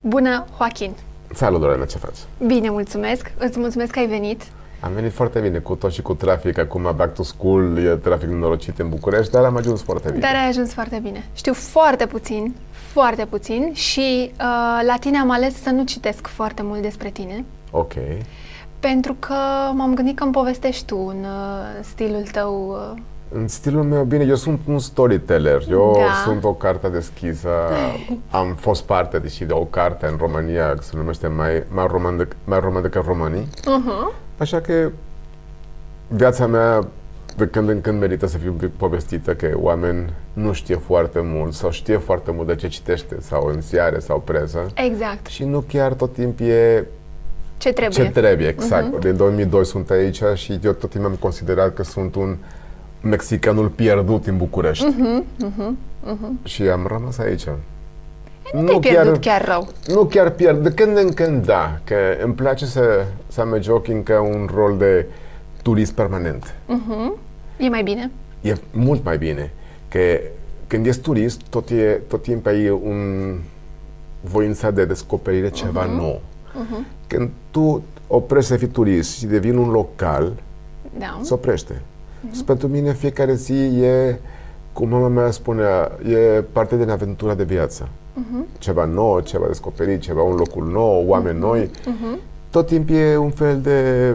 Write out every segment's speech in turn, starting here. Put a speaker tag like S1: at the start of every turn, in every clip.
S1: Bună, Joaquin!
S2: Salut, Dorena, ce faci?
S1: Bine, mulțumesc! Îți mulțumesc că ai venit.
S2: Am venit foarte bine cu tot și cu trafic. Acum, back to school, e trafic norocit în București, dar am ajuns foarte bine.
S1: Dar ai ajuns foarte bine. Știu foarte puțin, foarte puțin și uh, la tine am ales să nu citesc foarte mult despre tine,
S2: Ok.
S1: pentru că m-am gândit că îmi povestești tu în uh, stilul tău. Uh,
S2: În stilul meu, bine, eu sunt un storyteller. Eu
S1: Da.
S2: sunt o carte deschisă. Am fost parte, deși, de o carte în România, care se numește Mai, mai, român, dec- mai român decât românii.
S1: uh-huh.
S2: Așa că viața mea de când în când merită să fie un pic povestită că oameni nu știe foarte mult sau știe foarte mult de ce citește sau în seare sau presă
S1: Exact.
S2: și nu chiar tot timpul e
S1: Ce trebuie?
S2: Ce trebuie,
S1: Mhm.
S2: exact. Uh-huh. Din 2002 sunt aici și eu tot timpul am considerat că sunt un mexicanul pierdut în București. Uh-huh,
S1: Mhm,
S2: uh-huh, uh-huh. Și am rămas aici.
S1: nu te-ai pierdut chiar rău.
S2: Nu chiar pierd, de când în când da, că îmi place să, să am joc încă un rol de turist permanent.
S1: E mai bine?
S2: E mult mai bine, că când ești turist, tot, e, tot timpul ai un voința de descoperire ceva uh-huh. nou. Uh-huh. Când tu oprești să fii turist și devii un local,
S1: Da.
S2: se oprește. Și pentru mine fiecare zi e, cum mama mea spunea, e parte din aventura de viață. Ceva nou, ceva descoperit, ceva un locul nou, oameni noi. Tot timpul e un fel de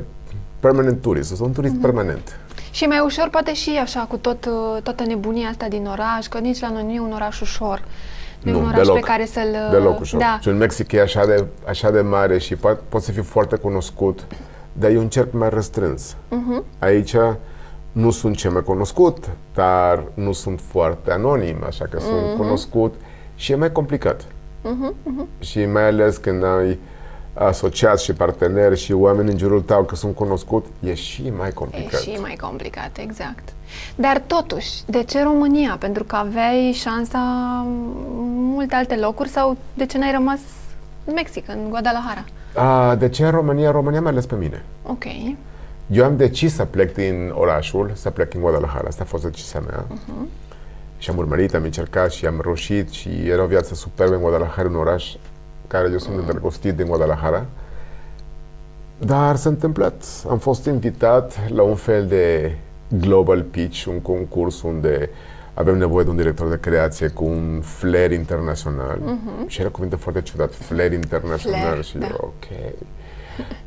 S2: permanent turist, sau un turist permanent.
S1: Și e mai ușor, poate și așa, cu tot, uh, toată nebunia asta din oraș, că nici la noi nu e un oraș ușor. Nu, e
S2: Nu,
S1: un oraș
S2: deloc.
S1: pe care să-l... uh,
S2: Deloc ușor.
S1: Da.
S2: Și în Mexic e așa de, așa de mare și poate, poți să fii foarte cunoscut, dar e un cerc mai restrâns.
S1: Mhm.
S2: Aici nu sunt cel mai cunoscut, dar nu sunt foarte anonim, așa că sunt
S1: Mhm.
S2: cunoscut și e mai complicat. Și mai ales când ai asociați și parteneri și oameni în jurul tău că sunt cunoscut, e și mai
S1: E
S2: complicat.
S1: și mai complicat, exact. Dar totuși, de ce România? Pentru că aveai șansa în multe alte locuri sau de ce n-ai rămas în Mexic, în Guadalajara?
S2: A, de ce în România? România mai ales pe mine.
S1: Ok.
S2: Eu am decis să plec din orașul, să plec în Guadalajara. Asta a fost decizia mea. Uh-huh.
S1: Mhm.
S2: Și am urmărit, am încercat și am reușit și era o viață superbă în Guadalajara, un oraș care eu sunt
S1: Mhm.
S2: uh-huh. îndrăgostit din Guadalajara. Dar s-a întâmplat. Am fost invitat la un fel de global pitch, un concurs unde avem nevoie de un director de creație cu un flair internațional. Uh-huh. Și era cuvinte foarte ciudat, flair internațional.
S1: Mhm. Flair,
S2: și
S1: da.
S2: eu, ok.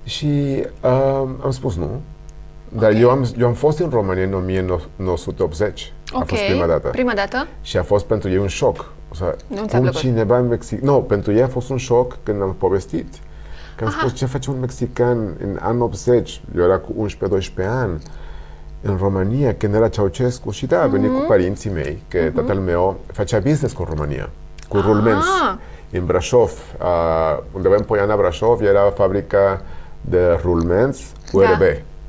S2: Și uh, am spus nu. Dar okay. eu, am, eu am fost în România în 1980.
S1: Ok.
S2: A fost prima dată.
S1: Prima dată?
S2: Și a fost pentru ei un șoc. O să,
S1: Nu ți-a
S2: cum
S1: plăcut.
S2: cineva în Mexic... Nu, pentru ei a fost un șoc când am povestit. Că am
S1: Aha.
S2: spus, ce face un mexican în anul 80? Eu era cu 11-12 ani în România, când era Ceaușescu și da, a venit
S1: Mhm.
S2: cu părinții mei, că tatăl meu facea business cu România, cu ah. rulmens, în Brașov. Uh, undeva în Poiana Brașov era fabrica de rulmens URB.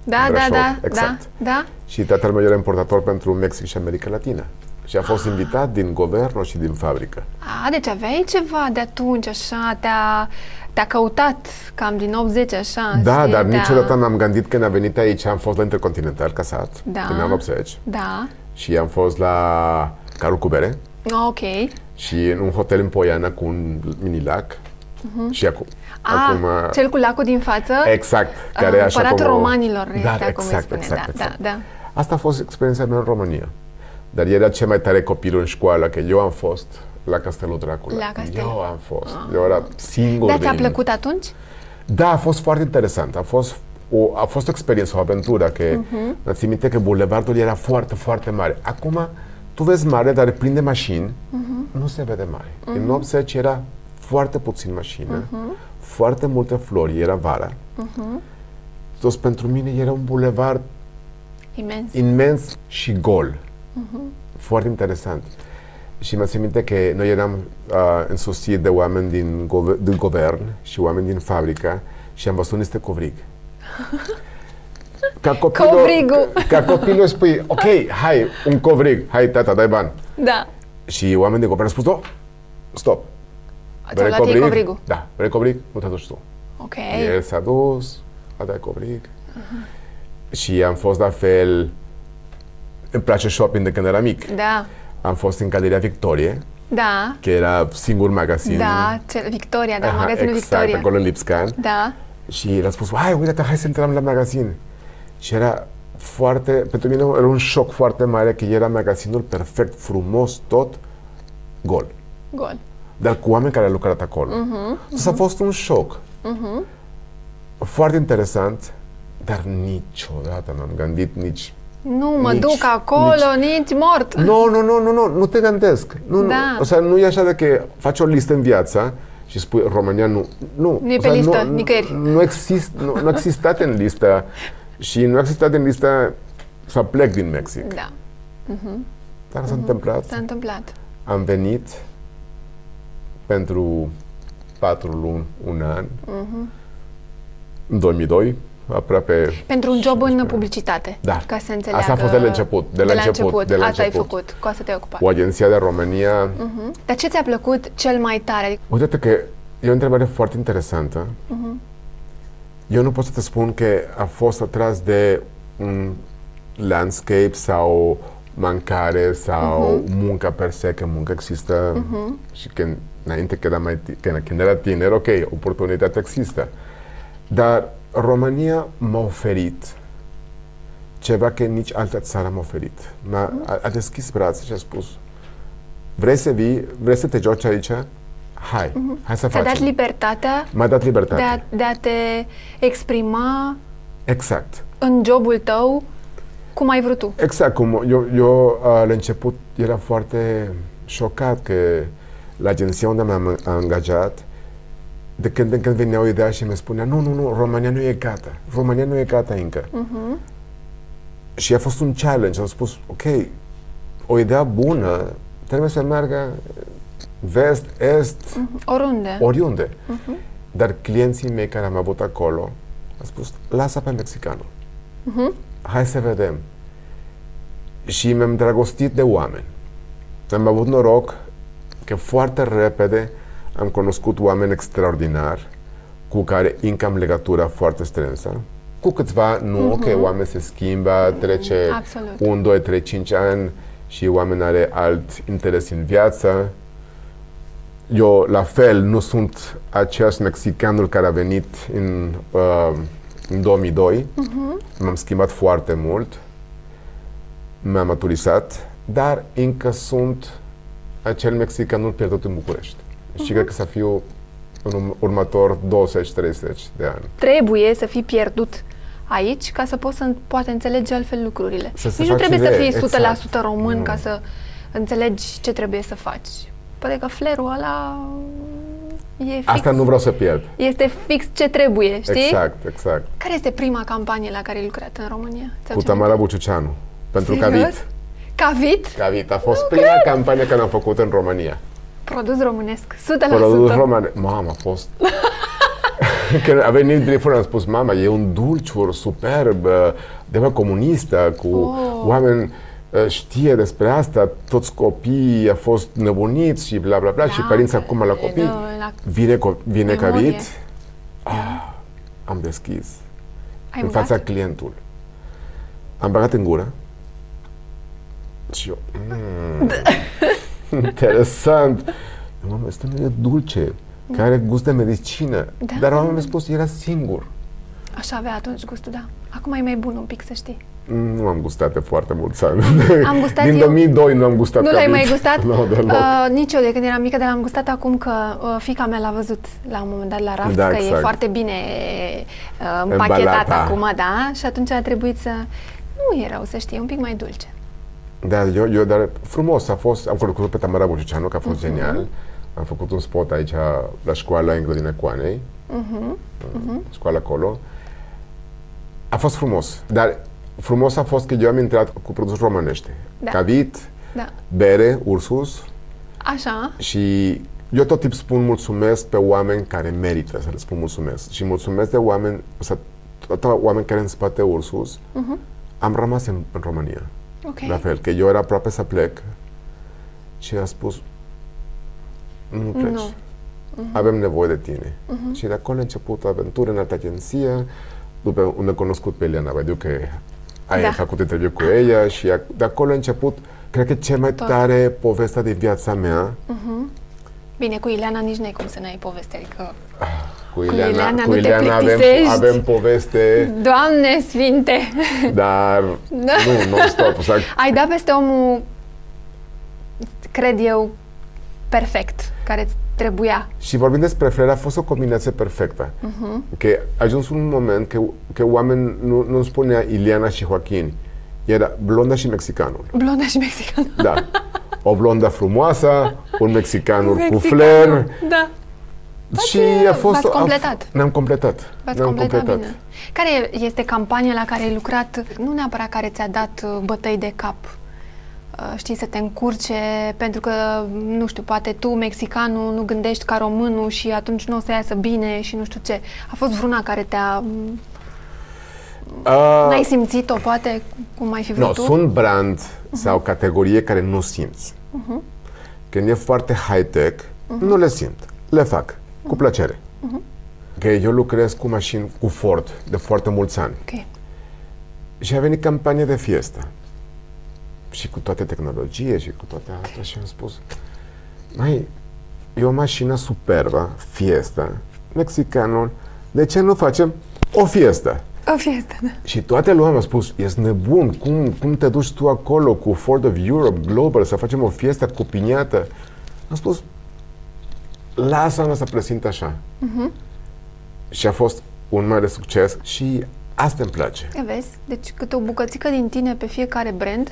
S1: Da, da,
S2: în Brașov,
S1: da, da,
S2: exact.
S1: da.
S2: Și tatăl meu era importator pentru Mexic și America Latina. Și a fost invitat din guvern și din fabrică.
S1: A, deci aveai ceva de atunci, așa, te-a, te-a căutat cam din 80, așa.
S2: Da,
S1: știi,
S2: dar
S1: te-a-
S2: niciodată n-am gândit când a venit aici, am fost la Intercontinental casat,
S1: Da.
S2: în anul 80,
S1: Da,
S2: și am fost la Carul Cubere
S1: ok.
S2: și în un hotel în Poiana cu un mini-lac și acum.
S1: A,
S2: acum
S1: cel cu lacul din față?
S2: Exact, care e așa
S1: Ah, Împăratul
S2: cum... o-
S1: romanilor este
S2: da,
S1: acum,
S2: exact,
S1: îi spune.
S2: Exact,
S1: da,
S2: exact.
S1: da, da.
S2: Asta a fost experiența mea în România. Dar era cel mai tare copil în școală, că eu am fost la Castelul Dracula.
S1: La Castel.
S2: Eu am fost. Eu era singur
S1: Dar ți-a
S2: din-
S1: plăcut atunci?
S2: Da, a fost foarte interesant. A fost o, a fost o experiență, o aventură, că uh-huh. ți minte că bulevardul era foarte, foarte mare. Acum, tu vezi mare, dar plin de mașini, uh-huh. nu se vede mare. Uh-huh. În 80 era foarte puțin mașină, uh-huh. foarte multe flori, era vara. Uh-huh. Tot pentru mine era un bulevard
S1: Imens.
S2: imens și gol. Foarte interesant. Și mi-ați minte că noi eram uh, însoțit de oameni din, gov- din guvern și oameni din fabrică și am văzut niște covrig. Ca copilul,
S1: Covrigul.
S2: ca copilul spui, ok, hai, un covrig, hai tata, dai bani.
S1: Da.
S2: Și oamenii de guvern au spus, "Oh, stop.
S1: Ți-au luat ei covrigul.
S2: Da, vrei covrig? Nu te duci tu.
S1: Ok.
S2: El s-a dus, a dat covrig. Și am fost la fel, îmi place shopping de când era mic.
S1: Da.
S2: Am fost în Galeria Victorie,
S1: Da,
S2: que era singur magazin.
S1: da, cel, Victoria, da,
S2: Aha,
S1: magazinul
S2: exact,
S1: Victoria.
S2: acolo în Lipscan.
S1: Da,
S2: Și el a spus, hai, uite-te, hai să intrăm la magazin. Și era foarte, pentru mine era un șoc foarte mare că era magazinul perfect, frumos, tot, gol.
S1: gol.
S2: Dar cu oameni care au lucrat acolo. Uh-huh,
S1: Mm-hmm.
S2: Deci a fost un șoc. Foarte interesant, dar niciodată n-am gândit nici...
S1: Nu mă
S2: Nici-
S1: duc acolo, nici, mort.
S2: Nu, nu, nu, nu, nu, nu te gândesc. Nu,
S1: Da.
S2: nu. O sea, nu e așa de că faci o listă în viața și spui România nu. Nu,
S1: Nu e
S2: O
S1: pe
S2: sea,
S1: listă, nicăieri.
S2: Nu, exist, nu, nu a existat în listă și nu a existat în listă să plec din Mexic.
S1: Da,
S2: Dar s-a întâmplat.
S1: Mhm. s-a întâmplat.
S2: Am venit pentru patru luni, un an, în 2002, aproape
S1: Pentru un job în publicitate.
S2: Da.
S1: Ca să înțeleagă...
S2: Asta a fost de la început, de la început, de la
S1: Asta ai
S2: început.
S1: făcut, cu asta te-ai ocupat.
S2: o agenție de România. Uh-huh.
S1: Mhm. Dar ce ți-a plăcut cel mai tare? Adică,
S2: Uite-te că e o întrebare foarte interesantă. Uh-huh. Eu nu pot să te spun că a fost atras de un landscape sau mancare sau uh-huh. munca per se, că munca există uh-huh. și că înainte că era, mai, ti- că când era tiner, ok, oportunitatea există. Dar România m-a oferit ceva că nici altă țară m-a oferit. M-a, a, a deschis brațe și a spus vrei să vii, vrei să te joci aici? Hai, hai să
S1: ți-a dat
S2: facem.
S1: libertatea
S2: M-a dat libertate.
S1: de a, de a te exprima
S2: Exact.
S1: în jobul tău cum ai vrut tu.
S2: Exact, cum eu, eu uh, la început eram foarte șocat că la agenția unde m-am angajat, de când în când venea o idee și mi spunea, nu, nu, nu, România nu e gata, România nu e gata încă. Și a fost un challenge, am spus, ok, o idee bună trebuie să meargă vest, est,
S1: Mhm. Oriunde.
S2: oriunde. Dar clienții mei care am avut acolo au spus, lasă pe mexicanul. Hai să vedem. Și m-am dragostit de oameni. Am avut noroc că foarte repede am cunoscut oameni extraordinari cu care încă am legătura foarte strânsă. Cu câțiva nu, că oameni se schimbă, trece
S1: absolut.
S2: 1, 2, 3, 5 ani și oamenii are alt interes în viață. Eu, la fel, nu sunt acest mexicanul care a venit în, uh, în 2002. M-am schimbat foarte mult, m-am maturizat, dar încă sunt acel mexicanul pierdut în București. Și cred că să fiu în urm- următor 20-30 de ani.
S1: Trebuie să fii pierdut aici ca să poți să poate înțelege altfel lucrurile.
S2: Să se
S1: Nici nu
S2: facă
S1: trebuie să
S2: idee,
S1: fii 100%
S2: exact.
S1: român
S2: Nu.
S1: ca să înțelegi ce trebuie să faci. Poate că flerul ăla e fix,
S2: Asta nu vreau să pierd.
S1: este fix ce trebuie, știi?
S2: Exact, exact.
S1: Care este prima campanie la care ai lucrat în România? Ți-aduce
S2: Cu
S1: aminte?
S2: Tamara Buciuceanu. Pentru
S1: Serios?
S2: Cavit.
S1: Cavit?
S2: Cavit a fost prima campanie care am făcut în România.
S1: Produs românesc, 100%.
S2: Produs roman. Mamă, a fost... Când a venit telefonul, am spus, mama, e un dulciur superb, uh, de mă comunistă, cu
S1: Oh.
S2: oameni uh, știe despre asta, toți copiii au fost nebuniți și bla bla bla, și
S1: Da,
S2: părinții
S1: că
S2: acum la
S1: e
S2: copii.
S1: la- la
S2: Vine, co- vine
S1: memorie.
S2: Cavit, ah, am deschis
S1: Ai
S2: în
S1: mutat?
S2: fața clientul. Am băgat în gură și eu, mm, interesant, mamă, este nu e dulce, care are gust de medicină,
S1: Da.
S2: dar mama mi-a spus, era singur.
S1: Așa avea atunci gustul, da. Acum e mai bun un pic, să știi.
S2: Mm, Nu am gustat de foarte mulți ani.
S1: Am gustat
S2: Din
S1: eu.
S2: 2002 nu am gustat
S1: Nu l-ai
S2: Cavit.
S1: mai gustat?
S2: Nu, deloc.
S1: Uh, nici eu de când eram mică, dar l-am gustat acum că uh, fica mea l-a văzut la un moment dat la raft,
S2: Da,
S1: că e
S2: exact.
S1: foarte bine uh, împachetat
S2: Embalata.
S1: acum, da? Și atunci a trebuit să... Nu e rău, să știi, e un pic mai dulce.
S2: Da, eu, eu, dar frumos a fost, am cunoscut pe Tamara Buciceanu, că a fost genial. Am făcut un spot aici la școala în grădina Coanei, școala acolo. A fost frumos, dar frumos a fost că eu am intrat cu produse românești.
S1: Da.
S2: Cavit,
S1: Da.
S2: bere, ursus
S1: Așa,
S2: și eu tot timpul spun mulțumesc pe oameni care merită să le spun mulțumesc. Și mulțumesc de oameni, să, toată oameni care în spate ursus, am rămas în, în România.
S1: ok.
S2: La fel, că eu era aproape să plec și a spus nu pleci.
S1: Nu. Mhm.
S2: Avem nevoie de tine. Și de acolo a început aventura în altă agenție, după unde a cunoscut pe Eliana Badiu, că ai
S1: Da.
S2: făcut interviu cu ea și a- de acolo a început Cred că cel mai
S1: Tot.
S2: tare povestea din viața mea
S1: Bine, cu Ileana nici n-ai cum să n-ai poveste, adică...
S2: cu
S1: Cu
S2: Ileana,
S1: Ileana
S2: cu
S1: nu te
S2: Ileana avem,
S1: plictisești.
S2: avem poveste,
S1: Doamne sfinte!
S2: dar
S1: Da.
S2: nu, nu stop. O să
S1: Ai dat peste omul, cred eu, perfect, care îți trebuia.
S2: Și vorbind despre frere, a fost o combinație perfectă.
S1: Mhm.
S2: Uh-huh. Că a ajuns un moment că, că oameni nu, nu spunea Ileana și Joaquin. Era blonda și mexicanul.
S1: Blondă și mexicană.
S2: Da. O blondă frumoasă, un mexican cu
S1: Mexicanul.
S2: flair.
S1: Da.
S2: Și
S1: V-ați-
S2: a fost...
S1: v-ați
S2: a-
S1: completat.
S2: Ne-am completat.
S1: V-ați
S2: Ne-am
S1: completat bine. Care e- este campania la care ai lucrat, nu neapărat care ți-a dat uh, bătăi de cap? Uh, Știi, să te încurce, pentru că, nu știu, poate tu, mexicanul, nu gândești ca românul și atunci nu o să iasă bine și nu știu ce. A fost vreuna care te-a...
S2: A,
S1: N-ai simțit-o, poate, cum ai fi vrut
S2: Da. nu,
S1: tu?
S2: sunt brand sau categorie care nu simți. Când e foarte high-tech, nu le simt. Le fac, cu plăcere. Că eu lucrez cu mașini, cu Ford, de foarte mulți ani.
S1: Ok.
S2: Și a venit campania de fiestă. Și cu toate tehnologie și cu toate astea și am spus mai e o mașină superbă, fiesta, mexicanul, de ce nu facem o fiestă?
S1: O fiestă, da.
S2: Și toată lumea mi-a spus, ești nebun, cum, cum te duci tu acolo cu Ford of Europe, Global, să facem o fiestă cu piniată? Am spus, lasă-mă să prezint așa. Și a fost un mare succes și asta îmi place.
S1: E, Vezi? Deci câte o bucățică din tine pe fiecare brand,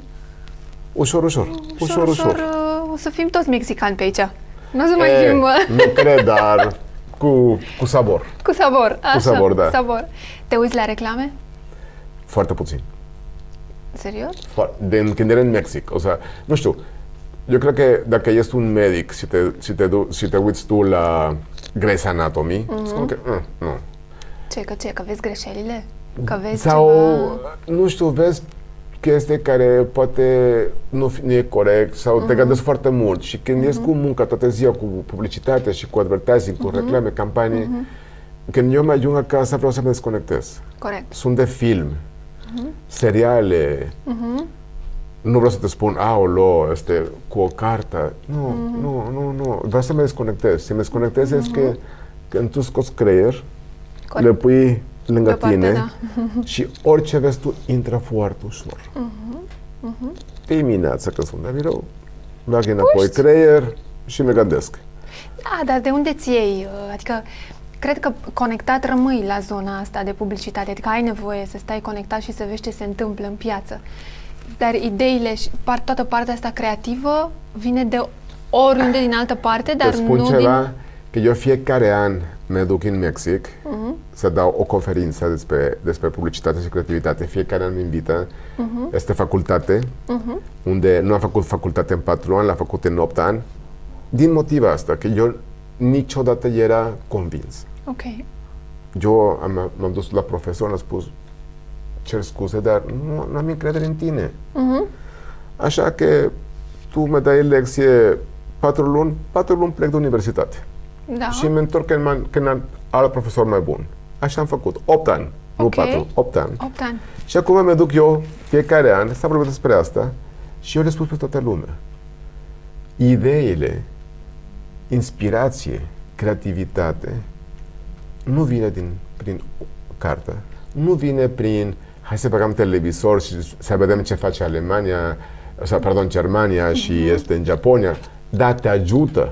S2: Ușor, ușor. Ușor, ușor.
S1: uh, o să fim toți mexicani pe aici. Nu o să mai
S2: E,
S1: fim... uh,
S2: nu cred, dar cu, cu sabor.
S1: Cu sabor. Așa,
S2: sabor, da.
S1: Cu sabor. Te uiți la reclame?
S2: Foarte puțin.
S1: Serios?
S2: Fo- Din când era în Mexic. O sea, nu știu. Eu cred că dacă ești un medic și te, și te, du- și te uiți tu la Grey's Anatomy, mm-hmm. că, mm, nu.
S1: Ce, că ce, că vezi greșelile? Că vezi
S2: Sau,
S1: ceva...
S2: nu știu, vezi chestii care poate nu, fi- nu e corect sau te gândești foarte mult și când ești cu munca toată ziua, cu publicitate și cu advertising, cu reclame, campanii, când eu mă ajung acasă vreau să mă desconectez.
S1: Corect.
S2: sunt de film, seriale. Nu vreau să te spun, aolo, este cu o cartă. Nu, nu, nu, nu. Vreau să mă desconectez. Să mă desconectez este că când tu scoți creier, le
S1: Corect.
S2: pui lângă
S1: Deoparte,
S2: tine
S1: da.
S2: și orice vezi tu intră foarte ușor.
S1: Mhm,
S2: Dimineața când sunt la birou, bag înapoi creier și mă gândesc.
S1: Da, dar de unde ți iei? uh, Adică, cred că conectat rămâi la zona asta de publicitate. Adică ai nevoie să stai conectat și să vezi ce se întâmplă în piață. Dar ideile și par, toată partea asta creativă vine de oriunde din altă parte, dar
S2: Te spun
S1: nu
S2: ceva,
S1: din...
S2: că eu fiecare an mă duc în Mexic
S1: Mhm.
S2: să dau o conferință despre, despre publicitate și creativitate. Fiecare an mă invită.
S1: Mhm.
S2: Este facultate, unde nu am făcut facultate în patru ani, l-am făcut în opt ani. Din motiva asta, că eu niciodată era convins.
S1: Ok.
S2: Eu am, m-am dus la profesor, am spus, cer scuze, dar nu, nu am încredere în tine.
S1: Mhm.
S2: Așa că tu mă dai lecție patru luni, patru luni plec de universitate
S1: Da.
S2: și mă întorc când, m-am- când am alt profesor mai bun. Așa am făcut, 8 ani, nu
S1: Ok.
S2: 4, 8 ani.
S1: 8 ani.
S2: Și acum mă duc eu fiecare an să vorbesc despre asta și eu le spun pe toată lumea. Ideile, inspirație, creativitate nu vine din, prin o carte, nu vine prin hai să băgăm televizor și să vedem ce face Alemania, sau, pardon, Germania
S1: Mhm.
S2: și este în Japonia, dar te ajută.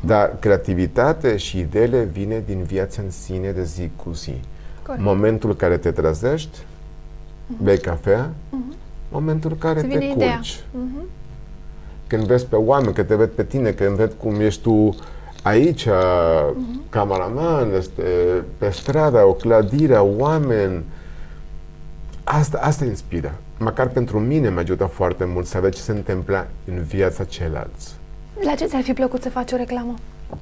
S2: Dar creativitate și ideile vine din viața în sine de zi cu zi.
S1: Corect. Mhm.
S2: Momentul în care te trezești, bei cafea, momentul în care
S1: Îți
S2: te
S1: vine ideea. Mhm.
S2: culci. Când vezi pe oameni, că te ved pe tine, când ved cum ești tu aici,
S1: Mhm.
S2: cameraman, este pe stradă, o clădire, oameni. Asta, asta inspiră. Măcar pentru mine mă ajută foarte mult să vezi ce se întâmplă în viața celorlalți.
S1: La ce ți-ar fi plăcut să faci o reclamă?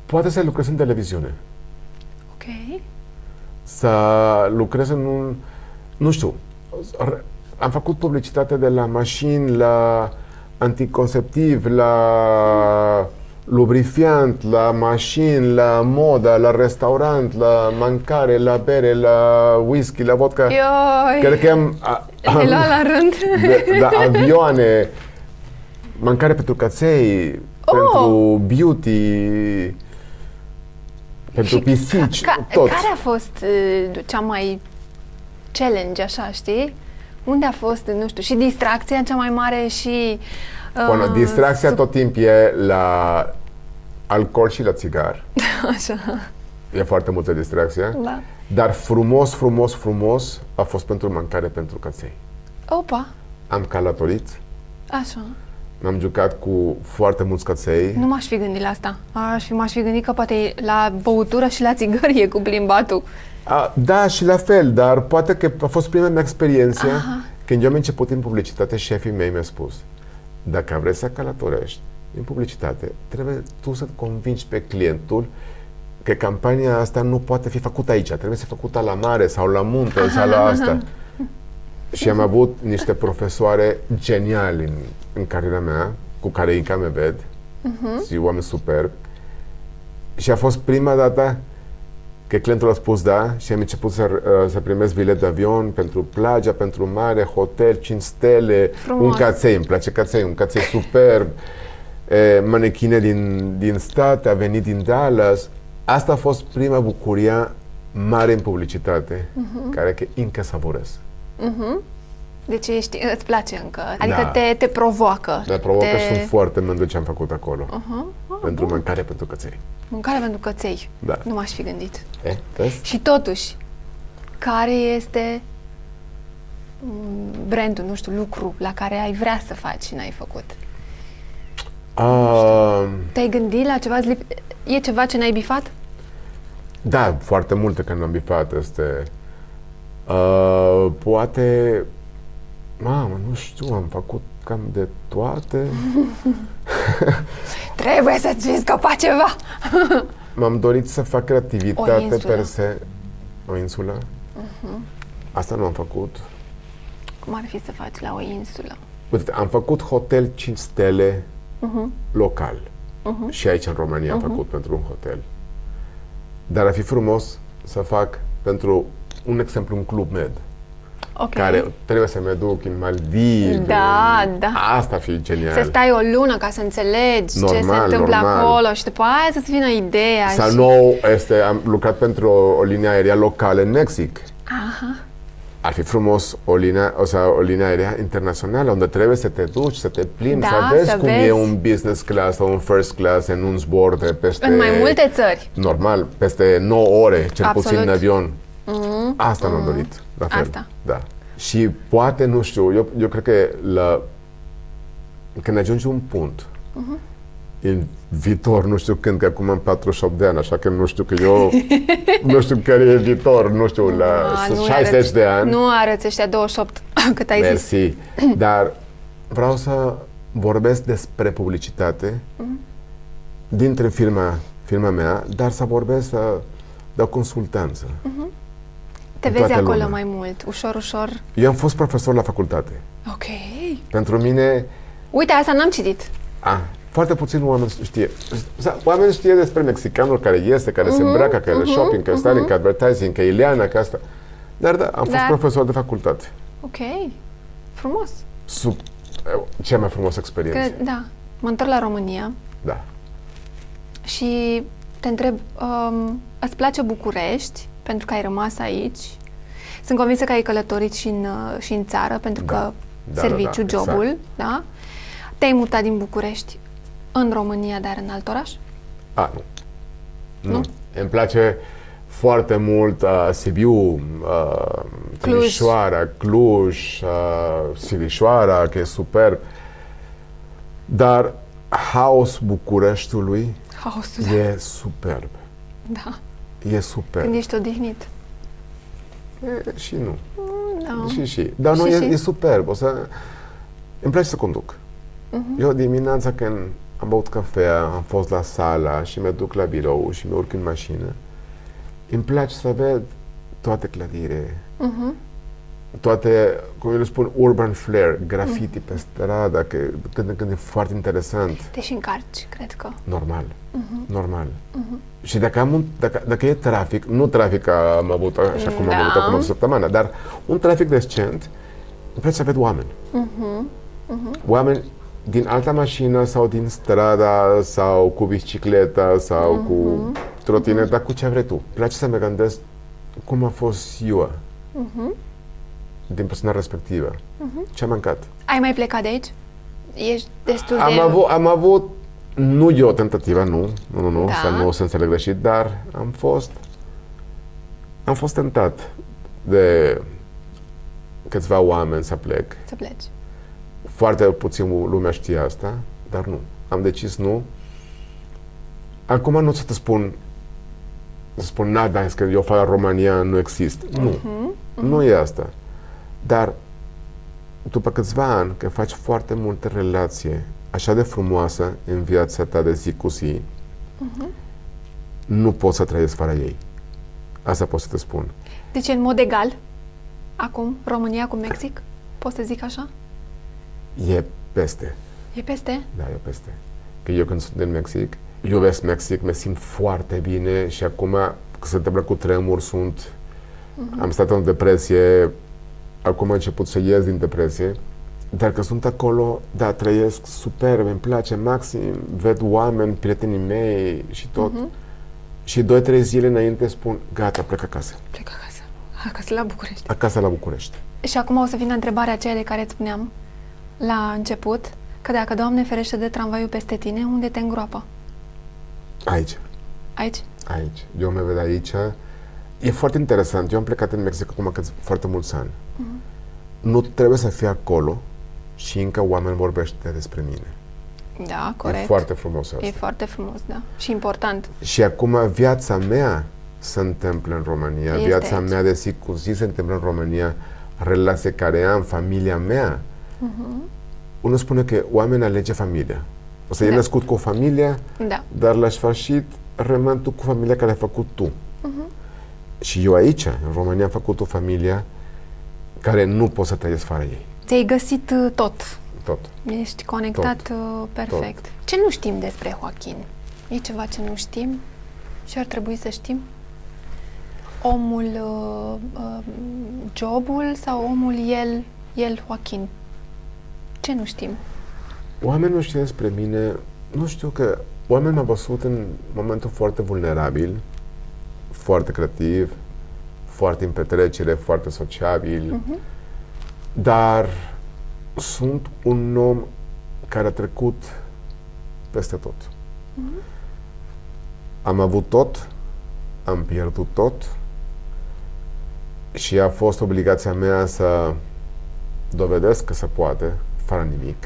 S2: Poate să lucrez în televiziune,
S1: Ok.
S2: să lucrez în un... Nu știu, r- am făcut publicitate de la mașini, la anticonceptiv, la lubrifiant, la mașini, la moda, la restaurant, la mancare, la bere, la whisky, la vodka.
S1: Ioi!
S2: Cred că am... a-
S1: Le lua la rând.
S2: de, de avioane, Mâncare pentru căței,
S1: Oh!
S2: pentru beauty, pentru
S1: Și
S2: pisici,
S1: Ca,
S2: tot.
S1: care a fost uh, cea mai challenge, așa, știi? Unde a fost, nu știu, și distracția cea mai mare și... Uh,
S2: Bueno, distracția
S1: sup-
S2: tot timpul e la alcool și la țigar.
S1: Așa,
S2: E foarte multă distracție.
S1: da.
S2: Dar frumos, frumos, frumos a fost pentru mâncare pentru căței.
S1: Opa,
S2: Am calatorit,
S1: așa.
S2: m-am jucat cu foarte mulți căței.
S1: Nu m-aș fi gândit la asta. Aș fi, m-aș fi gândit că poate la băutură și la țigări e cu plimbatul.
S2: A, da, și la fel, dar poate că a fost prima mea experiență. Când eu am început în publicitate, șefii mei mi-a spus dacă vrei să călătorești în publicitate, trebuie tu să convingi pe clientul că campania asta nu poate fi făcută aici, trebuie să fie făcută la mare sau la munte sau la asta. Și am avut niște profesoare geniali în, în cariera mea, cu care încă me ved,
S1: Hmm?
S2: și oameni superbi. Și a fost prima dată că clientul a spus da și am început să, uh, să primesc bilet de avion pentru plajă, pentru mare, hotel, 5 stele,
S1: Frumos.
S2: un caței, îmi place caței, un caței superb, e, manechine din, din state, a venit din Dallas. Asta a fost prima bucuria mare în publicitate,
S1: Mhm.
S2: care că încă savurez.
S1: Deci ești, îți place încă. Adică
S2: Da.
S1: te, te provoacă.
S2: Dar provocă
S1: te...
S2: și sunt foarte mândru ce am făcut acolo.
S1: uh-huh. ah,
S2: Pentru mâncare, pentru căței.
S1: Mâncare pentru căței.
S2: Da.
S1: Nu m-aș fi gândit.
S2: E, vezi?
S1: Și totuși, care este mm, brandul, nu știu, lucru la care ai vrea să faci și n-ai făcut?
S2: Ah,
S1: Te-ai gândit la ceva? Îți lip- E ceva ce n-ai bifat?
S2: Da, foarte multe când am bifat este. Uh, poate, mamă, nu știu, am făcut cam de toate.
S1: Trebuie să-ți fi scăpat ceva!
S2: M-am dorit să fac
S1: O
S2: creativitate
S1: insulă. Mhm.
S2: per se. O insulă. Asta nu am făcut.
S1: Cum ar fi să faci la o insulă?
S2: Uite, am făcut hotel 5 stele
S1: Mhm.
S2: local. Și aici, în România, am făcut pentru un hotel. Dar ar fi frumos să fac pentru, un exemplu, un club med.
S1: Ok.
S2: care trebuie să mă duc în Maldive.
S1: Da, da.
S2: Asta ar fi genial.
S1: Să stai o lună ca să înțelegi ce se
S2: Normal,
S1: întâmplă
S2: normal.
S1: acolo și după aia să-ți vină ideea.
S2: Sau
S1: și...
S2: nou, este, am lucrat pentru o, o linie aerea locală în Mexic.
S1: Aha.
S2: Ar fi frumos o linie, o, sea, o linie aerea internațională, unde trebuie să te duci, să te plimbi,
S1: Da,
S2: să vezi
S1: să
S2: cum
S1: vezi.
S2: e un business class sau un first class în un zbor de peste...
S1: În mai multe țări.
S2: Normal, peste 9 ore, cel puțin
S1: Absolut. Mm-hmm.
S2: în avion. Asta mi-am dorit. La fel.
S1: Asta.
S2: Da. Și poate, nu știu, eu, eu cred că la, când ajungi un punct,
S1: Mm-hmm.
S2: în viitor, nu știu când, că acum am 48 de ani, așa că nu știu că eu, nu știu care e viitor, nu știu, la
S1: A, nu
S2: 60
S1: Ah, arăți-
S2: Ah, de ani.
S1: Nu arăți ăștia 28 cât ai zis.
S2: Mersi. Dar vreau să vorbesc despre publicitate
S1: Mm.
S2: dintre firma, firma mea, dar să vorbesc să dau consultanță.
S1: Mm. Te
S2: în
S1: vezi
S2: toată
S1: acolo
S2: lumea.
S1: mai mult, ușor, ușor.
S2: Eu am fost profesor la facultate.
S1: Ok.
S2: Pentru mine,
S1: Uite, asta n-am citit.
S2: a, foarte puțin oameni știe. Sau, Oameni știe despre mexicanul care este, care
S1: Mm-hmm,
S2: se îmbracă, că e shopping, că styling, că advertising, că Ileana, că asta. Dar da, am fost
S1: Da.
S2: profesor de facultate.
S1: Ok. Frumos.
S2: Sub, eh, cea mai frumoasă experiență.
S1: Că, da. Mă întorc la România
S2: Da.
S1: și te întreb, um, îți place București pentru că ai rămas aici? Sunt convinsă că ai călătorit și în, uh, și în țară pentru
S2: Da.
S1: că
S2: Da,
S1: serviciu,
S2: da, da,
S1: jobul, da? Te-ai mutat din București în România, dar în alt oraș?
S2: A, Ah, nu. Nu. Îmi place foarte mult uh, Sibiu, uh,
S1: Cluj.
S2: Timișoara, Cluj, uh, Silișoara, că e superb. Dar haos Bucureștiului
S1: Haosul, da.
S2: e superb.
S1: da.
S2: E superb.
S1: Când ești odihnit.
S2: E, și nu.
S1: Da.
S2: Și, și. Dar nu,
S1: Și,
S2: e,
S1: și.
S2: e superb. O să... Îmi place să conduc.
S1: Mhm.
S2: Eu dimineața când am băut cafea, am fost la sala și mă duc la birou și mă urc în mașină, îmi place să ved toate clădire,
S1: Mhm.
S2: toate, cum eu le spun, urban flair, graffiti
S1: Mhm.
S2: pe stradă, că când în când e foarte interesant.
S1: Te și încarci, cred că.
S2: Normal. Normal. Și dacă, am un, dacă, dacă e trafic, nu trafic a- am avut așa cum
S1: Da.
S2: am avut acum o săptămână, dar un trafic decent, îmi place să ved oameni. Oameni din alta mașină sau din strada sau cu bicicleta sau uh-huh. cu trotineta, uh-huh. cu ce vrei tu. Îmi place să mă gândesc cum a fost ziua uh-huh. din persoana respectivă. Uh-huh. Ce a mâncat.
S1: Ai mai plecat de aici? Ești destul de...
S2: Am avut, am avut, nu eu tentativa, nu, nu, nu, nu
S1: Da.
S2: să nu se înțeleg greșit, dar am fost, am fost tentat de câțiva oameni să plec.
S1: Să pleci.
S2: Foarte puțin lumea știe asta, dar nu. Am decis nu. Acum nu o să te spun să spun, na, dar că eu fac la România, nu există. Nu. Nu e asta. Dar după câțiva ani, că faci foarte multe relație așa de frumoasă în viața ta de zi cu zi, nu poți să trăiești fără ei. Asta pot să te spun.
S1: Deci, în mod egal, acum, România cu Mexic, pot să zic așa?
S2: E peste.
S1: E peste?
S2: Da, e o peste. Că eu când sunt în Mexic, iubesc Mexic, mă simt foarte bine și acum că se întâmplă cu tremur, sunt... Am stat în depresie, acum am început să ies din depresie, dar că sunt acolo, da, trăiesc superb, îmi place maxim, ved oameni, prietenii mei și tot. Și 2-3 zile înainte spun, gata, plec acasă.
S1: Plec acasă. Acasă la București.
S2: Acasă la București.
S1: Și acum o să vină întrebarea aceea de care îți spuneam la început, că dacă Doamne ferește de tramvaiul peste tine, unde te îngroapă?
S2: Aici.
S1: Aici?
S2: aici. Eu mă ved aici. E foarte interesant. Eu am plecat în Mexic acum câți, foarte mulți ani.
S1: Mhm.
S2: Nu trebuie să fii acolo și încă oameni vorbește despre mine.
S1: Da, corect.
S2: E foarte frumos asta.
S1: E foarte frumos, da. Și important.
S2: Și acum viața mea se întâmplă în România.
S1: Este
S2: viața
S1: aici.
S2: mea de zi cu zi se întâmplă în România. Relație care am, familia mea.
S1: Mhm.
S2: Unul spune că oamenii alege familia. O să da. e
S1: Da.
S2: născut cu o familie,
S1: Da.
S2: dar la sfârșit rămân tu cu familia care ai făcut tu. Și eu aici, în România, am făcut o familie care nu pot să trăiesc fără ei.
S1: Ți-ai găsit uh, tot.
S2: Tot.
S1: Ești conectat uh, perfect. Ce nu știm despre Joaquin? E ceva ce nu știm și ar trebui să știm? Omul, uh, uh, jobul sau omul el, el Joaquin? Ce nu știm?
S2: Oamenii nu știu despre mine, nu știu că oamenii m-au văzut în momentul foarte vulnerabil, foarte creativ, foarte în petrecere, foarte sociabil, dar sunt un om care a trecut peste tot. Am avut tot, am pierdut tot și a fost obligația mea să dovedesc că se poate, fără nimic,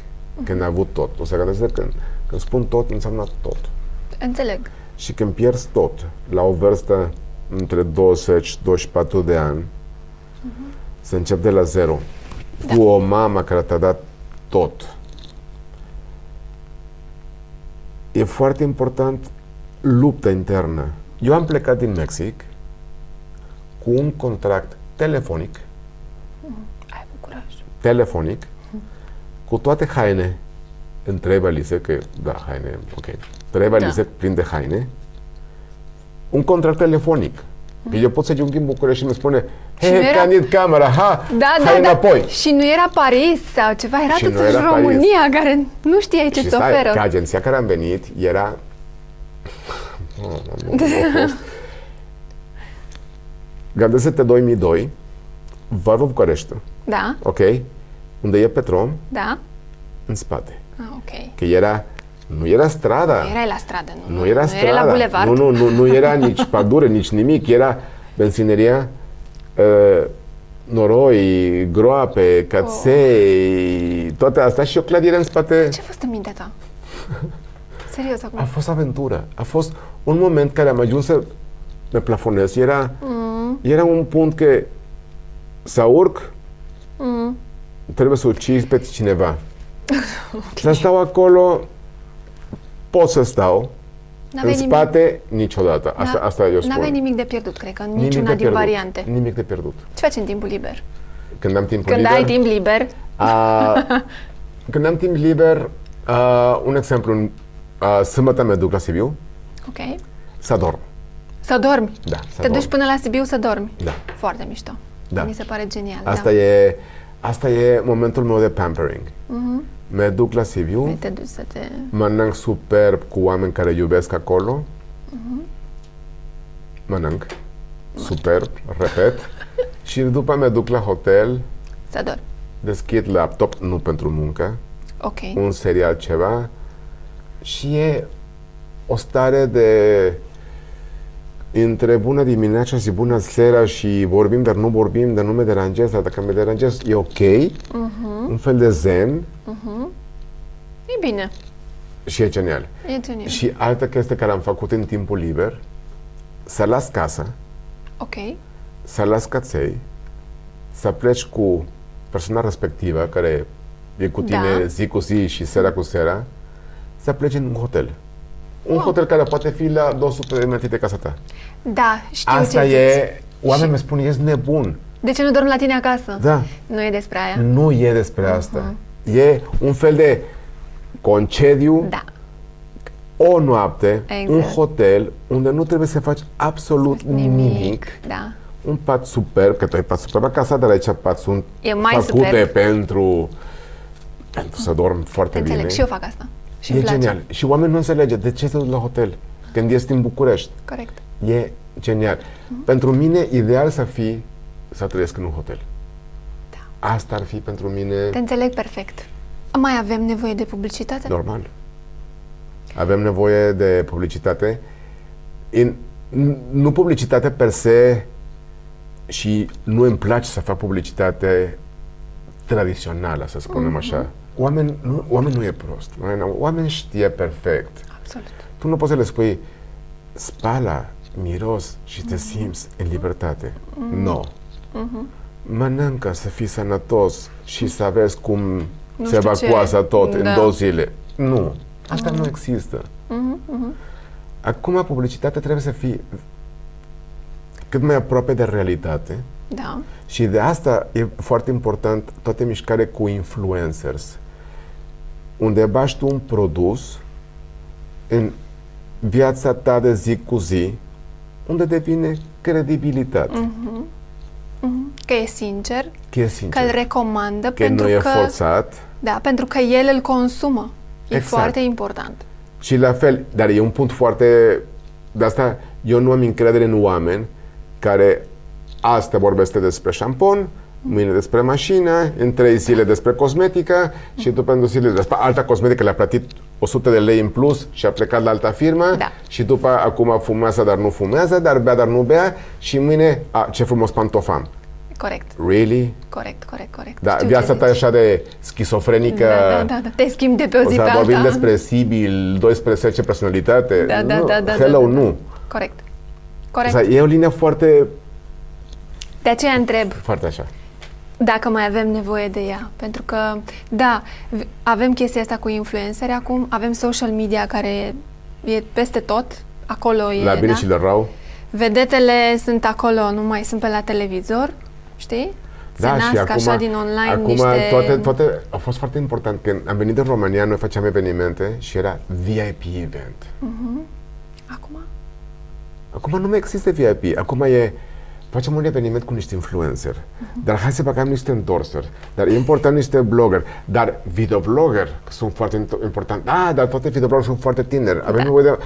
S2: când ai avut tot. O să gândesc că când, când spun tot, înseamnă tot.
S1: Înțeleg.
S2: Și când pierzi tot, la o vârstă între 20-24 de ani, să începi de la zero, cu o mamă care te-a dat tot. E foarte important lupta internă. Eu am plecat din Mexic cu un contract telefonic
S1: Ai avut curaj.
S2: telefonic cu toate haine în trei valize, că da, haine, ok, trei valize da. plin de haine, un contract telefonic. Că eu pot să ajung în București și îmi spune
S1: Mhm. nu
S2: Hei,
S1: era-
S2: că need camera, ha,
S1: Da,
S2: hai
S1: da, da.
S2: înapoi.
S1: Și nu era Paris sau ceva, era
S2: Și nu
S1: totuși
S2: era Paris.
S1: România care nu știai ce
S2: și
S1: ți
S2: stai,
S1: oferă.
S2: că agenția care am venit era... Nu, nu, nu, nu a fost. Gândește-te 2002, Varva București,
S1: Da,
S2: ok? Unde e Petrom,
S1: da.
S2: în spate.
S1: Ah, ok.
S2: Că era, nu era strada.
S1: Erai la stradă, nu?
S2: Nu era
S1: Nu
S2: strada.
S1: era la bulevard.
S2: Nu, nu, nu, nu era nici pădure, nici nimic. Era benzineria, uh, noroi, groape, caței, oh. toate astea și eu clar era în spate.
S1: Ce a fost în mintea ta? Serios acum.
S2: A fost aventură. A fost un moment care am ajuns să me plafonez. Era, mm. era un punct că să urc, mm. trebuie să ucizi pe cineva. Să stau acolo, pot să stau,
S1: N-aveai
S2: în
S1: nimic-
S2: spate niciodată. Asta,
S1: n-a-
S2: asta eu spun.
S1: N-aveai nimic de pierdut, cred că, în
S2: Nimic
S1: niciuna
S2: de
S1: din
S2: pierdut.
S1: variante.
S2: Nimic de pierdut.
S1: Ce faci în timpul liber?
S2: Când am timp
S1: Când
S2: liber...
S1: ai timp liber,
S2: A, când am timp liber, a, un exemplu, în- a, sâmbătă mă duc la Sibiu,
S1: ok,
S2: să dorm.
S1: să dormi.
S2: Da, să
S1: Te
S2: dorm.
S1: duci până la Sibiu să dormi.
S2: Da.
S1: Foarte mișto.
S2: Da.
S1: Mi se pare genial.
S2: Asta,
S1: da. Mhm.
S2: e, asta e momentul meu de pampering. Mă duc la Sibiu,
S1: Te duci să te...
S2: mănânc superb cu oameni care iubesc acolo.
S1: Mhm.
S2: Mănânc superb, repet. Și după mă duc la hotel,
S1: Să ador.
S2: deschid laptop, nu pentru muncă,
S1: Ok.
S2: un serial ceva și e o stare de între bună dimineața și bună seara și vorbim, dar nu vorbim, dar nu mă deranjez, dar dacă mă deranjez e ok, un fel de zen
S1: E bine.
S2: și e genial.
S1: E genial.
S2: Și altă chestie care am făcut în timpul liber, să las casa,
S1: Ok.
S2: să las căței, să pleci cu persoana respectivă care e cu tine
S1: Da.
S2: zi cu zi și seara cu seara, să pleci în un hotel. Un hotel care poate fi la 200 de metri de casa ta.
S1: Da, știu
S2: Asta
S1: ce zici.
S2: e, oamenii mi spun, ești nebun.
S1: De ce nu dorm la tine acasă?
S2: Da,
S1: Nu e despre aia.
S2: nu e despre asta. E un fel de concediu,
S1: Da.
S2: o noapte,
S1: Exact.
S2: un hotel unde nu trebuie să faci absolut nimic.
S1: Da.
S2: un pat superb, că tu ai pat superb acasă, dar aici pat sunt
S1: E mai
S2: făcute
S1: superb.
S2: pentru pentru să dorm foarte
S1: Te înțeleg.
S2: bine.
S1: Și eu fac asta. Și
S2: e
S1: îmi place.
S2: genial. Și oamenii nu înțelege de ce te duci la hotel când ești în București.
S1: Corect.
S2: E genial.
S1: Mhm.
S2: Pentru mine, ideal să fii să trăiesc în un hotel. Da. Asta ar fi pentru mine
S1: Te înțeleg perfect. Mai avem nevoie de publicitate?
S2: normal. Avem nevoie de publicitate. În, n- nu publicitate per se și nu îmi place să fac publicitate tradițională, să spunem așa. Oameni nu, oameni nu e prost. Oameni, oameni știe perfect.
S1: Absolut.
S2: Tu nu poți să le spui spala, miros și te simți în libertate.
S1: Mm-hmm.
S2: Nu. No. Mănâncă să fii sănătos și să vezi cum
S1: Nu
S2: se
S1: știu ce.
S2: evacuează tot în
S1: Da. Mm-hmm.
S2: două zile. Nu. Asta nu există. Acum publicitatea trebuie să fie cât mai aproape de realitate
S1: Da.
S2: și de asta e foarte important toate mișcare cu influencers. Unde bași tu un produs în viața ta de zi cu zi, unde devine credibilitate.
S1: Mhm.
S2: Mm-hmm.
S1: Că e sincer,
S2: Că e
S1: că îl
S2: sincer,
S1: recomandă
S2: că
S1: pentru
S2: nu e
S1: că...
S2: forțat.
S1: Da, pentru că el îl consumă. E
S2: Exact.
S1: foarte important.
S2: Și la fel, dar e un punct foarte... De asta eu nu am încredere în oameni care asta vorbește despre șampon, mâine despre mașină, în trei zile despre cosmetică și după în două zile despre alta cosmetică, le-a plătit 100 de lei în plus și a plecat la alta firmă
S1: Da.
S2: și după acum fumează, dar nu fumează, dar bea, dar nu bea și mâine, a, ce frumos pantof am.
S1: Corect.
S2: Really?
S1: Corect, corect, corect.
S2: Da,
S1: Știu
S2: viața
S1: ce
S2: ta e
S1: zici.
S2: așa de schizofrenică,
S1: Da, da, da, da. Te schimbi de pe o
S2: o
S1: zi pe
S2: să vorbim
S1: alta.
S2: despre Sibil, 12 personalitate.
S1: Da, da,
S2: Nu,
S1: da, da,
S2: Hello,
S1: da, da, da.
S2: nu.
S1: Corect.
S2: O
S1: Corect.
S2: să, e o linie foarte,
S1: De aceea întreb
S2: foarte așa.
S1: dacă mai avem nevoie de ea. Pentru că, da, v- avem chestia asta cu influenceri acum, avem social media care e peste tot, acolo e,
S2: la bine
S1: da?
S2: și la rău.
S1: Vedetele sunt acolo, nu mai sunt pe la televizor, știi? Se
S2: Da,
S1: nasc
S2: și acum,
S1: așa din online
S2: acum
S1: niște...
S2: toate, toate, a fost foarte important. Când am venit din România, noi făceam evenimente și era VIP event.
S1: Acum?
S2: Acum nu mai există VIP. Acum e facem un eveniment cu niște influencer. Dar hai să băgăm niște endorser. Dar e important niște blogger. Dar videoblogger sunt foarte int- important. Da, dar toate videoblogger sunt foarte tineri. Avem
S1: Da.
S2: nevoie de...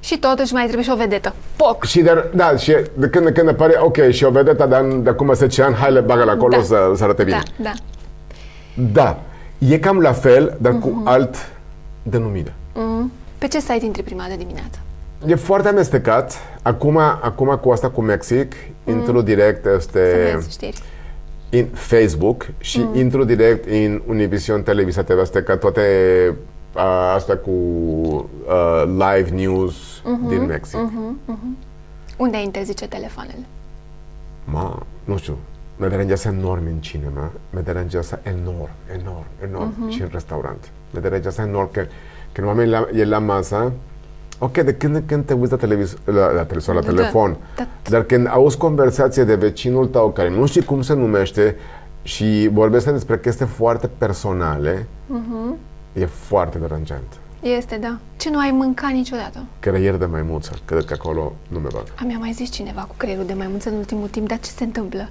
S1: Și totuși mai trebuie și o vedetă. Poc!
S2: Și dar, da, și de când în când apare, ok, și o vedetă de, an- de acum 10 ani, hai le bagă la acolo
S1: Da.
S2: să, să arate bine.
S1: Da, da.
S2: Da, e cam la fel, dar
S1: Mhm.
S2: cu alt denumire.
S1: Pe ce site intri prima de dimineață?
S2: E foarte amestecat. Acum, acum cu asta cu Mexic, intru direct
S1: Mhm. Să Mhm.
S2: este
S1: vezi știri.
S2: în Facebook și intru direct în Univision Televisa TV Azteca, toate uh, astea cu uh, live news
S1: Mhm.
S2: din Mexic.
S1: Unde interzice telefoanele?
S2: Ma, nu știu, mă deranjează enorm în cinema, mă deranjează enorm, enorm, enorm
S1: Mhm.
S2: și în restaurant. Mă deranjează enorm că, că oamenii la, e la masă, ok, de când în când te uiți la, televiz- la, la televizor, la
S1: Da.
S2: telefon,
S1: Da.
S2: dar când auzi conversație de vecinul tău care nu știi cum se numește și vorbesc despre chestii foarte personale,
S1: Mhm.
S2: e foarte deranjant.
S1: Este, da. Ce nu ai mâncat niciodată?
S2: Creier de maimuță, cred că acolo nu mă bag.
S1: A, mi-a mai zis cineva cu creierul de maimuță în ultimul timp, dar ce se întâmplă?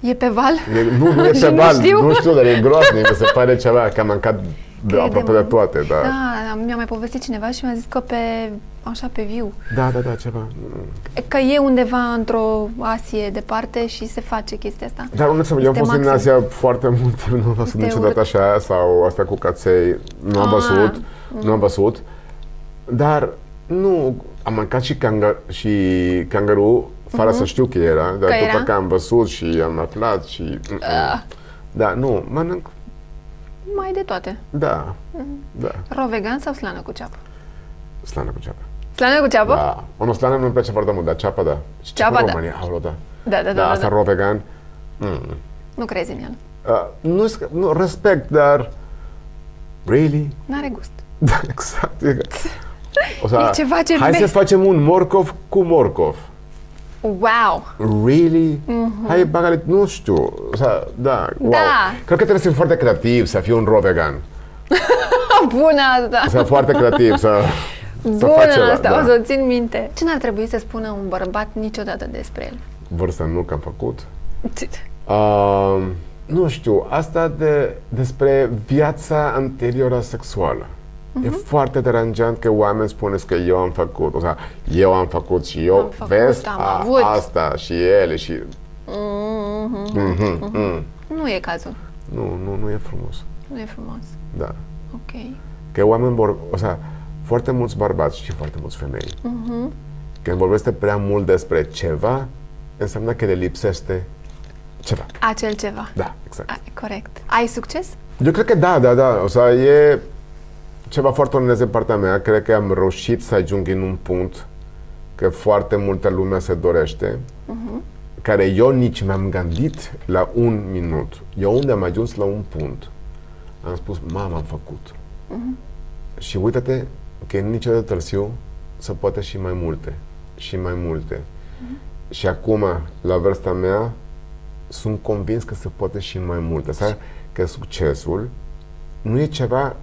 S1: E pe val?
S2: E, nu, nu e
S1: Și
S2: pe
S1: nu
S2: bal,
S1: știu.
S2: nu știu, dar e groaznic, mi se pare ceva, că am mâncat de,
S1: Crede-mă.
S2: aproape de toate, da. Da,
S1: Da, am- mi-a mai povestit cineva și mi-a zis că pe, așa, pe viu.
S2: da, da, ceva.
S1: Că e undeva într-o Asie departe și se face chestia asta.
S2: Dar unde să eu am
S1: Este
S2: fost în
S1: maxim.
S2: Asia foarte mult, nu am văzut
S1: Este urât.
S2: niciodată așa, sau asta cu caței, nu am
S1: Ah.
S2: văzut, nu am văzut. Dar nu, am mâncat și, kangar, și kangaroo, fără să știu că era, dar
S1: Mhm. Că
S2: după
S1: era? Ah.
S2: că am văzut și am aflat și... mm, Da, nu, mănânc,
S1: Mai de toate.
S2: da,
S1: Mhm.
S2: da,
S1: Ro vegan sau slană cu ceapă?
S2: slană cu ceapă.
S1: Slană cu ceapă?
S2: Da, o slană nu-mi place foarte mult, dar ceapă da. Și ceapă,
S1: Ceapa, da.
S2: România, aolo, da.
S1: Da, da, da.
S2: Da,
S1: da,
S2: asta
S1: da.
S2: ro vegan.
S1: Nu crezi în el.
S2: Uh, nu, nu, respect, dar... Really?
S1: N-are gust.
S2: Da, exact. E, o
S1: E ceva ce
S2: hai să
S1: vezi.
S2: facem un morcov cu morcov.
S1: Wow!
S2: Really? Mm-hmm. Hai, bagale, nu știu. O sea, da,
S1: Mhm.
S2: wow.
S1: Da.
S2: Cred că trebuie să fii foarte creativ, să fii un raw vegan.
S1: Bună asta!
S2: Să fii foarte creativ, să, să
S1: Bună
S2: faci ceva.
S1: asta!
S2: da.
S1: O să o țin minte. Ce n-ar trebui să spună un bărbat niciodată despre el?
S2: Vârsta nu că am făcut. Uh, nu știu, asta de, despre viața anterioară sexuală. E
S1: Mhm.
S2: foarte deranjant că oameni spune că eu am făcut, o sea, eu am făcut și eu,
S1: Am făcut,
S2: vezi,
S1: am
S2: a,
S1: avut.
S2: asta și ele și... Mhm, mm.
S1: Nu e cazul.
S2: Nu, nu, nu e frumos,
S1: Nu e frumos.
S2: da.
S1: Ok.
S2: Că oameni vor, o sea, foarte mulți bărbați și foarte mulți femei,
S1: Mhm.
S2: când vorbește prea mult despre ceva, înseamnă că le lipsește ceva.
S1: Acel ceva.
S2: Da, exact.
S1: A, corect. Ai succes?
S2: Eu cred că da, da, da. O sea, e ceva foarte onest de partea mea. Cred că am reușit să ajung în un punct că foarte multă lume se dorește, care eu nici mi-am gândit la un minut. Eu unde am ajuns la un punct, am spus, mamă, am făcut. Și uite-te că niciodată târziu se poate și mai multe, și mai multe. Și acum, la vârsta mea, sunt convins că se poate și mai mult. Asta că succesul nu e ceva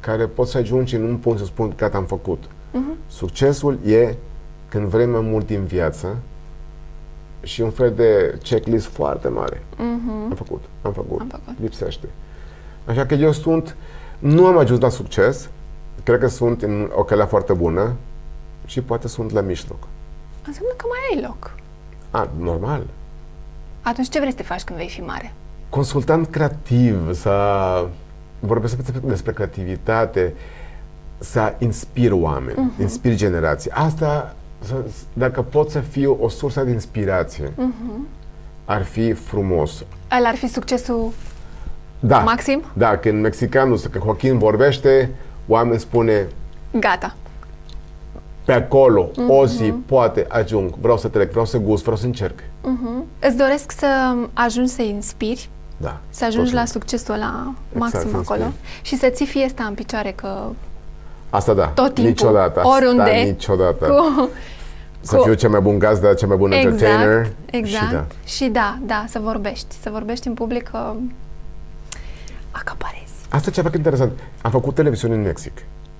S2: care poți să ajungi în un punct să spun gata, am făcut.
S1: Mhm.
S2: Succesul e când vrei mai mult din viață și un fel de checklist foarte mare. Am făcut, am făcut,
S1: Mhm. Am făcut.
S2: lipsește. Așa că eu sunt, nu am ajuns la succes, cred că sunt în o cale foarte bună și poate sunt la mijloc.
S1: Înseamnă că mai ai loc.
S2: A, normal,
S1: Atunci ce vrei să te faci când vei fi mare?
S2: consultant creativ, să vorbesc despre- despre creativitate, să inspir oameni,
S1: Mhm.
S2: uh-huh. inspir generații. Asta, să, dacă pot să fiu o sursă de inspirație, uh-huh.
S1: Mhm.
S2: ar fi frumos.
S1: El ar fi succesul
S2: Da,
S1: Maxim?
S2: Da, când mexicanul, sau când Joaquin vorbește, oameni spune,
S1: gata.
S2: pe acolo, uh-huh.
S1: Mhm.
S2: o zi, poate, ajung, vreau să trec, vreau să gust, vreau să încerc.
S1: Îți doresc să ajungi să inspiri,
S2: Da.
S1: să ajungi
S2: Tot
S1: la succesul la
S2: Exact,
S1: maxim
S2: să
S1: acolo și să ții fiesta în picioare că
S2: Asta da.
S1: Tot timpul,
S2: Niciodată. Asta
S1: oriunde,
S2: Niciodată.
S1: cu,
S2: Să
S1: cu-
S2: fiu cel mai bun gazdă, cel mai bun entertainer.
S1: exact, exact.
S2: Și da.
S1: și da, da, să vorbești, să vorbești în public că acaparezi.
S2: Asta e ceva că interesant. Am făcut televiziune în Mexic.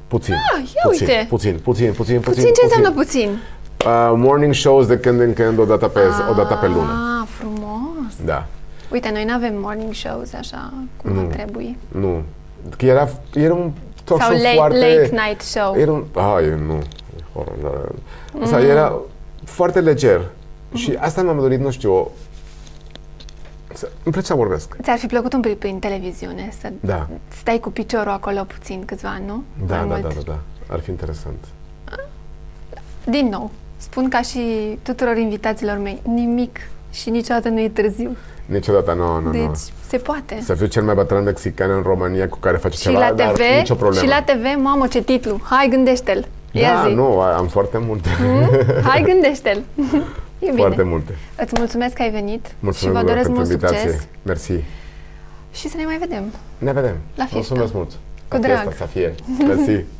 S2: Puțin.
S1: Ah, ia
S2: puțin,
S1: uite.
S2: puțin, puțin, puțin, puțin,
S1: Puțin ce înseamnă puțin?
S2: Uh, morning shows de când în când, o dată pe, o dată pe lună.
S1: Ah, frumos.
S2: Da.
S1: Uite, noi nu avem morning shows așa cum ar trebui.
S2: Nu. Că era, era un talk
S1: Sau
S2: show
S1: late,
S2: foarte...
S1: late night Mm. show.
S2: Era un... Ah, eu nu. Horror, da, da. O sea, era foarte leger.
S1: Mm-hmm.
S2: Și asta mi-am dorit, nu știu, să- îmi place să vorbesc.
S1: Ți-ar fi plăcut un pic prin televiziune să
S2: Da.
S1: stai cu piciorul acolo puțin câțiva ani, nu?
S2: Da,
S1: Mai
S2: da, da,
S1: mult.
S2: da, da. Ar fi interesant.
S1: Din nou, spun ca și tuturor invitaților mei, nimic și niciodată nu e târziu.
S2: Niciodată, nu, nu,
S1: Deci
S2: nu.
S1: se poate.
S2: Să fiu cel mai bătrân mexican în România cu care face
S1: și
S2: ceva,
S1: la
S2: dar
S1: TV,
S2: nicio problemă.
S1: și la TV, mamă ce titlu, hai gândește-l. Ia
S2: da,
S1: zi. Mm,
S2: nu, am foarte multe,
S1: Hai gândește-l. e bine.
S2: foarte multe.
S1: Îți mulțumesc că ai venit
S2: Mulțumesc
S1: și vă
S2: mult
S1: doresc
S2: pentru
S1: mult
S2: invitație.
S1: succes
S2: Mersi.
S1: și să ne mai vedem.
S2: Ne vedem.
S1: La fiesta.
S2: Mulțumesc mult.
S1: Cu
S2: la fiesta,
S1: drag.
S2: să fie. Mersi.